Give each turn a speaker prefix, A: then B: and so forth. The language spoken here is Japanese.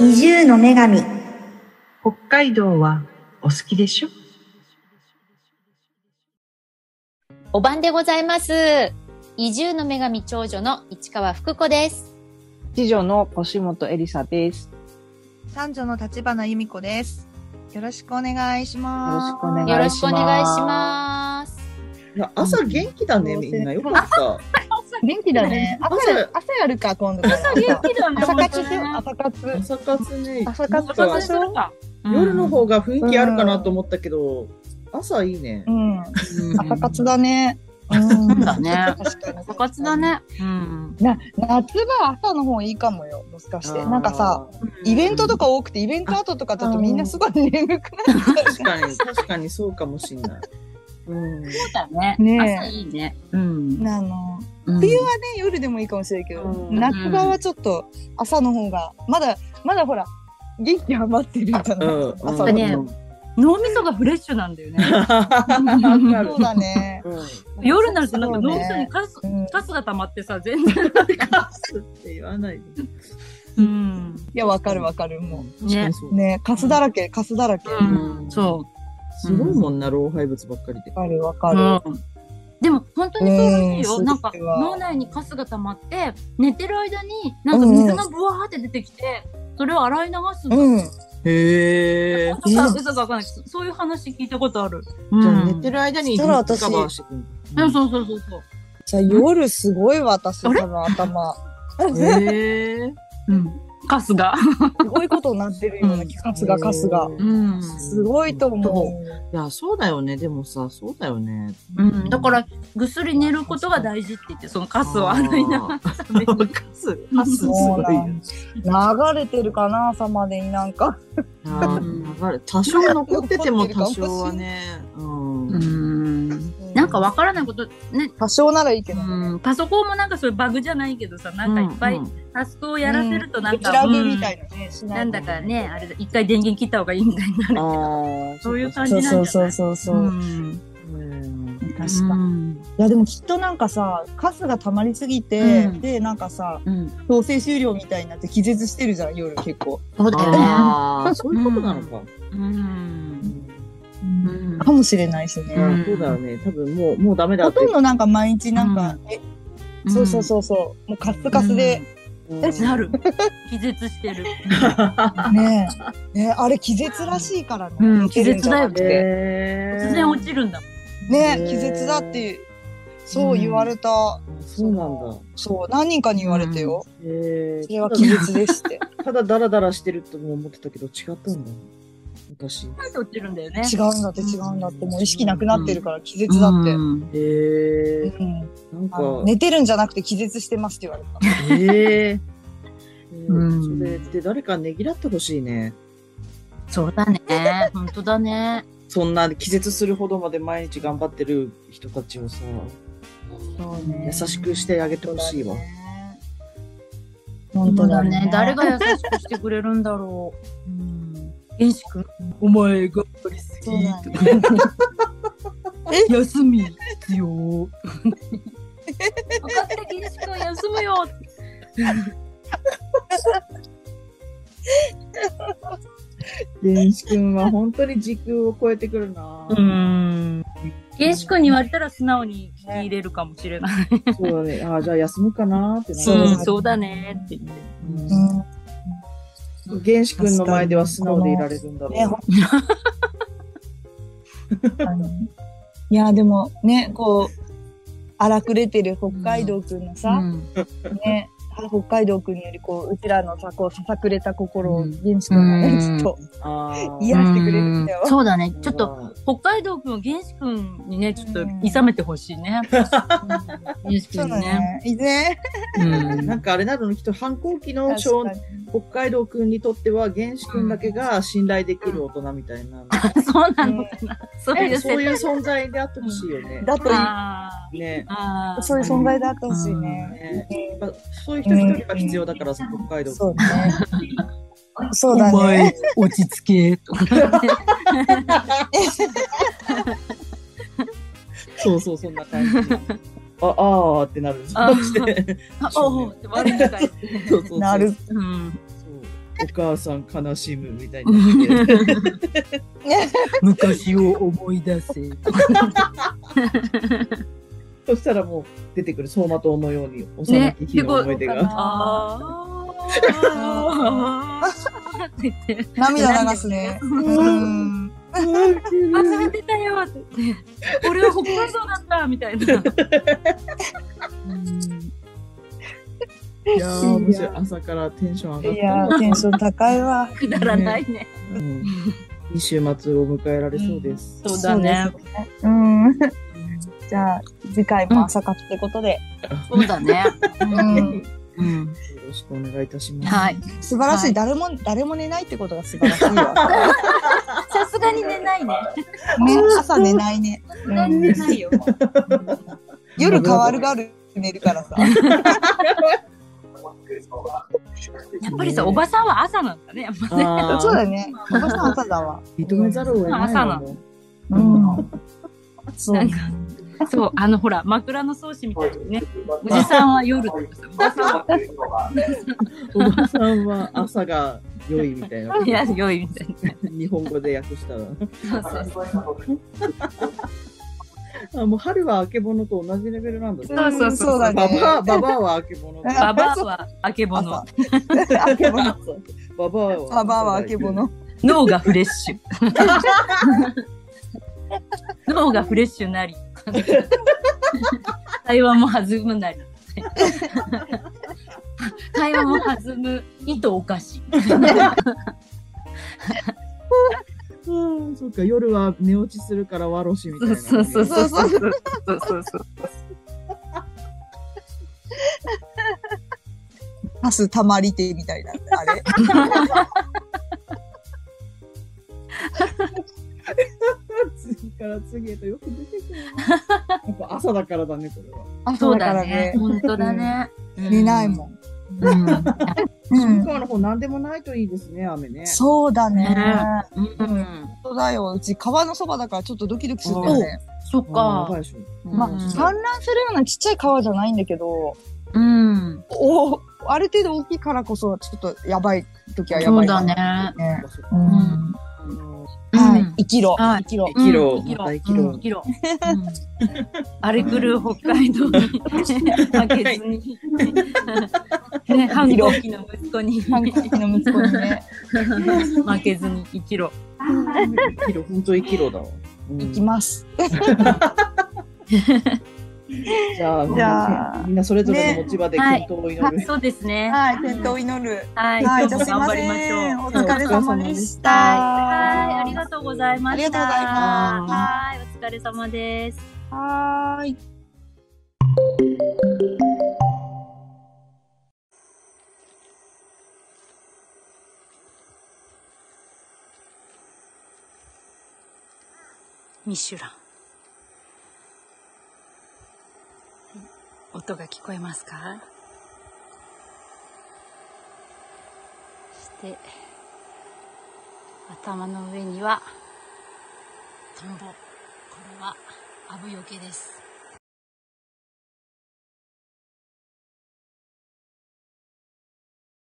A: の女神
B: 北海道はお好きでしょ
C: お晩でございます。移住の女神長女の市川福子です。
D: 次女の腰本エリサです。
E: 三女の立花由美子です。よろしくお願いします。
D: よろしくお
C: よ
D: 願
C: ろ
D: い
C: し
D: します
C: くお願いします。
F: いや朝元気だね、みんな。よかった。
E: 元気だね。朝
F: 朝
E: 朝やるか今度から。
C: 気だ
E: 朝活しよう朝活。
F: 朝活ね。
E: 朝活
F: なん
E: 朝
F: か
E: 活しよ
F: 夜の方が雰囲気あるかなと思ったけど、朝いいね
E: う。うん。
F: うん
E: 朝活だね。うん。
G: だね
E: 確かに
G: 部活だ。ね。うん。
E: な夏場朝の方いいかもよ。もしかして。なんかさ、、
F: あー
E: イベントとか多くてイベント後とかだとみんなすごい眠くなっちゃう
F: 確かに、確かにそうかもしん ない。うん。
G: そうだね。
E: ねえ
G: 朝いいね。うん。
E: なの。
G: うん
E: 冬はね夜でもいいかもしれないけど、
F: うん
E: 夏場はちょっと朝の方がまだまだほら元気余ってるじゃない、
F: うん。
E: 朝
G: だ
E: のね
G: ね脳みそがフレッシュなんだよね。
F: わ
E: そう だね
F: うん。
G: 夜になるとなんか
E: そう
G: 脳
E: ね
G: みそにカス、
E: うん
G: カスが溜まってさ、全然。
F: カスって言わないで。
G: うん。
E: いやわかるわかるも
F: 確かにそう
E: うねカスだらけカスだらけわ、
G: うん。そ
F: すごいもんな、老廃物ばっかりで。
E: かるわか
G: う。
E: る、
G: うん。でも本当にそうらしいよ。
E: うん
G: なんか
E: それは
G: 脳内にカスが溜まって、寝てる間になんか水がブワーって出てきて、それを洗い流すんだ。
E: うん、
F: へえ。
G: 本当か嘘かわかんないけど、そういう話聞いたことある。う
F: じゃあ
G: ん
F: 寝てる間に
E: そしたら私
F: カバーしてくん
G: う
F: だ
G: ん、そうそうそうそう。
E: じゃあ夜すごいわ私多分頭
F: へえ。
G: うん。カスが。
E: すごいことになってるような気がすがカスが
G: うん。
E: すごいと思う
F: いや、そうだよね。でもさ、そうだよね。
G: うん、だからぐっすり寝ることが大事って言ってそのカスを洗いながら
F: あー、カス、カスすごいよね。
E: 流れてるかな朝までになんか
F: あー流れ多少残ってても
E: 残
F: 多
E: ってる
F: 少
E: かも
F: は
E: しれ
F: ね。うん。
G: うんなんかわからないことね、
E: 多少ならいいけど、
G: うん、パソコンもなんかそういうバグじゃないけどさなんかいっぱいタスクをやらせるとなんか、
E: ラブ
G: うん
E: みたいなね、しな
G: ないん
E: と
G: だかねあれだ一回電源切った方がいいみたいになるけ
F: ああ
G: ど
F: ー、
G: そういう感じ
E: そ
G: なん
E: う
G: じゃな
E: そ
G: い
E: そ
G: う
E: うそうそう、
G: うん
F: うん
E: 確かに、いやでもきっとなんかさカスが溜まりすぎて、
G: うん
E: でなんかさ
G: うん、
E: 強制終了みたいになって気絶してるじゃん夜結構、
G: そうだよね
F: ああ、そういうことなのか。
G: うんうん
E: かもしれないしね、
F: うんそうだよね。多分もう、もうダメだ
E: ほ
F: って
E: とん。どなんか毎日なんか、えそうそうそうそうもうカスカスで、
F: うん
G: うんなる気絶してる
E: ねえねえあれ気絶らしいからね、
G: うん
E: 寝てるんじゃなくて
G: 気絶だよ
F: 突
G: 突然落ちるんだもん
E: ね
F: へ
E: え
F: え
E: 気絶だってそう言われた、
F: そうなん
E: そう何人かに言われてよ、
F: だ。へえ。
E: それは気絶ですって
F: ただダラダラしてるとも思ってたけど違ったんだ。私。へ
G: なんで落ちるんだよね
E: 違うんだって違うんだってもう意識なくなってるから気絶だって、
G: うん
F: え。
E: うん
F: なんか
E: あ。の寝てるんじゃなくて気絶してますって言われた。
F: へえ。
G: うん
F: それって誰かねぎらってほしいね。
G: そうだね。本当だね。
F: そんな気絶するほどまで毎日頑張ってる人たちをさ、
E: そうね
F: 優しくしてあげてほしいわ。
E: 本当だ
G: そう
E: ね。
G: 誰が優しくしてくれるんだろう。うん。原始君、お前が張りす
E: そうだね
G: ぎ。休み必要。分かった原始君休むよ。
F: 電子君は本当に時空を超えてくるなぁ
G: ん。原始君に言われたら素直に聞き入れるかもしれない。
F: そうだね。ああ、じゃあ休むかなーってなる
E: そうだね
G: んそうだねって言って。
F: うん
E: うん
F: 原子君の前では素直でいられるんだろう。
E: ねほんあのいやでもねこう荒くれてる北海道くんのさ、
G: ん。
E: ね北海道くんよりこううちらのさこうささくれた心を現地くんがね、
G: うん
E: きっと
F: あー
E: 癒してくれるんだよ。
G: そうだね。ちょっと、北海道くんを原始くんにね、ちょっといさめてほしい ね。原始く
E: そ
G: ん
E: う
G: に
E: だ
G: ね。
E: ね。いずれ
G: うん
F: なんかあれなのにきっと反抗期の
E: 確
F: 少
E: かに
F: 北海道君にとっては原子君だけが信頼できる大人みたいな、
G: そうなのかな。そういう設
F: そう
G: 定
F: いう存在であってほしいよね。
E: だといい
G: あ
F: ね
G: ーあー。
E: そういう存在であってほしいね。
F: ねやっぱそういう人一人が必要だからさ、北海道
E: そう
F: 君。
E: ね。そうだね。、
G: 落ち着け。とかね
F: そうそう、そんな感じ。ああーってなる。
G: あー
F: そうして
G: あ、おう、悪い世
F: そ
G: 界。
F: うそうそう
E: なる。
G: うん。
F: そうお母さん悲しむみたいにな ってる
G: 昔を思い出せ。
F: そしたらもう出てくる走馬灯のように幼き日の思い出が、
E: ね
G: ああ。って言って。
E: 涙流すね。うん。
G: あんが出たよって言って。俺は北海道だったみたいな。
F: いやー面白い朝からテンション
E: い
F: 上が
E: や
F: った
E: ー、テンション高いわ。
G: くだらないね。
F: な、うん、いい週末を迎えられそうです、
G: そうだね。
E: うん。じゃあ、次回も朝活ってことで。
G: そうだね。
E: うん。
G: うん。
F: よろしくお願いいたします、
G: はい。
E: 素晴らし
G: はい
E: い。誰も、誰も寝ないってことが素晴らしいわ。
G: さすがに寝ないね。
E: ね、朝寝ないね。うん
G: 寝ないよ。
E: 夜変わるがある寝るからさ。
G: やっぱりさ、おばさんは朝なんだね。やっぱね。
F: あー
E: そうだね。おばさん朝だわ。
F: 認めざるを得ない
G: 朝な
F: の
E: うん。そう
G: なん。か、そう、あのほら、枕草子みたいにね、おじさんは夜とかさ、おばさんは
F: おばさん は朝が良いみたいな
G: いや良いみたい
F: 日本語で訳したら
G: な。そうそう
F: あもう春はあけぼのと同じレベルなんだね
G: そうそうそう
E: そうだ
F: バ
E: ね。
F: バアババアはあけぼのだ
G: ババアはあけぼの
E: 朝。。あけぼの。
F: ババアは
E: ババアはあけぼの。
G: 脳がフレッシ ュ。脳がフレッシュなり。会話も弾むなり。会話も弾む、意図おかしい。
F: うんそっか夜は寝落ちするからわろしみたい
G: そう
F: な
G: そうそう
F: う
G: そうそうそうそうそうそう。
E: パスたまりてみたいな。あれ。
F: 次から次へとよく出てくるなやっぱ朝だからだねこれは
E: 朝
G: そう
E: だか
G: だ
E: ら
G: ね
E: ね。。
G: 本当だね。
E: 寝ないもん。
G: う
E: う
G: ん。
F: 今
E: ん。
F: 日の方何でもないといいですね雨ね
E: そうだね。
G: うん。
E: 本当だよ。うち川のそばだからちょっとドキドキするんだよね。
G: そっ
F: あーやばい
G: か。
F: でしょ
E: まあ、
G: う
E: 氾濫
G: ん
E: するようなちっちゃい川じゃないんだけど、
G: うん。
E: おある程度大きいからこそ、ちょっとやばい時はや
G: そ
E: ば
G: う
E: いな
G: だ。ね。
E: ね
F: そっか
E: う。
G: うんん。
E: はい。生きろ。
G: は
E: 生
G: い
E: きろ。
F: 生きろ
G: うん生きろ
F: また生きろ
G: 生きろ。あれ来る北海道に 負けずに。ね、反抗期の息子に
E: 韓国の息子にね。
G: 負けずに生きろ。
F: 生きろ本当生きろだわうん
E: 行きます。
F: じゃあ
E: じゃあ
F: みんなそれぞれの持ち場で健闘を祈る、
G: そうですね。
E: はい。健闘を祈る。
G: はい。
E: はい。
G: 今
E: じ
G: 日
E: ゃ
G: も
E: あすいま
G: 頑張りまし
E: せ
G: ょ
E: ん。
G: う。
E: お疲れ様でした。
G: はい。はい。ありがとうございました。
E: ありがとうございます
G: はい。お疲れ様です。
E: はーい。
G: ミシュラン。音が聞こえますかそして、頭の上には、トンボ。これは、アブよけです。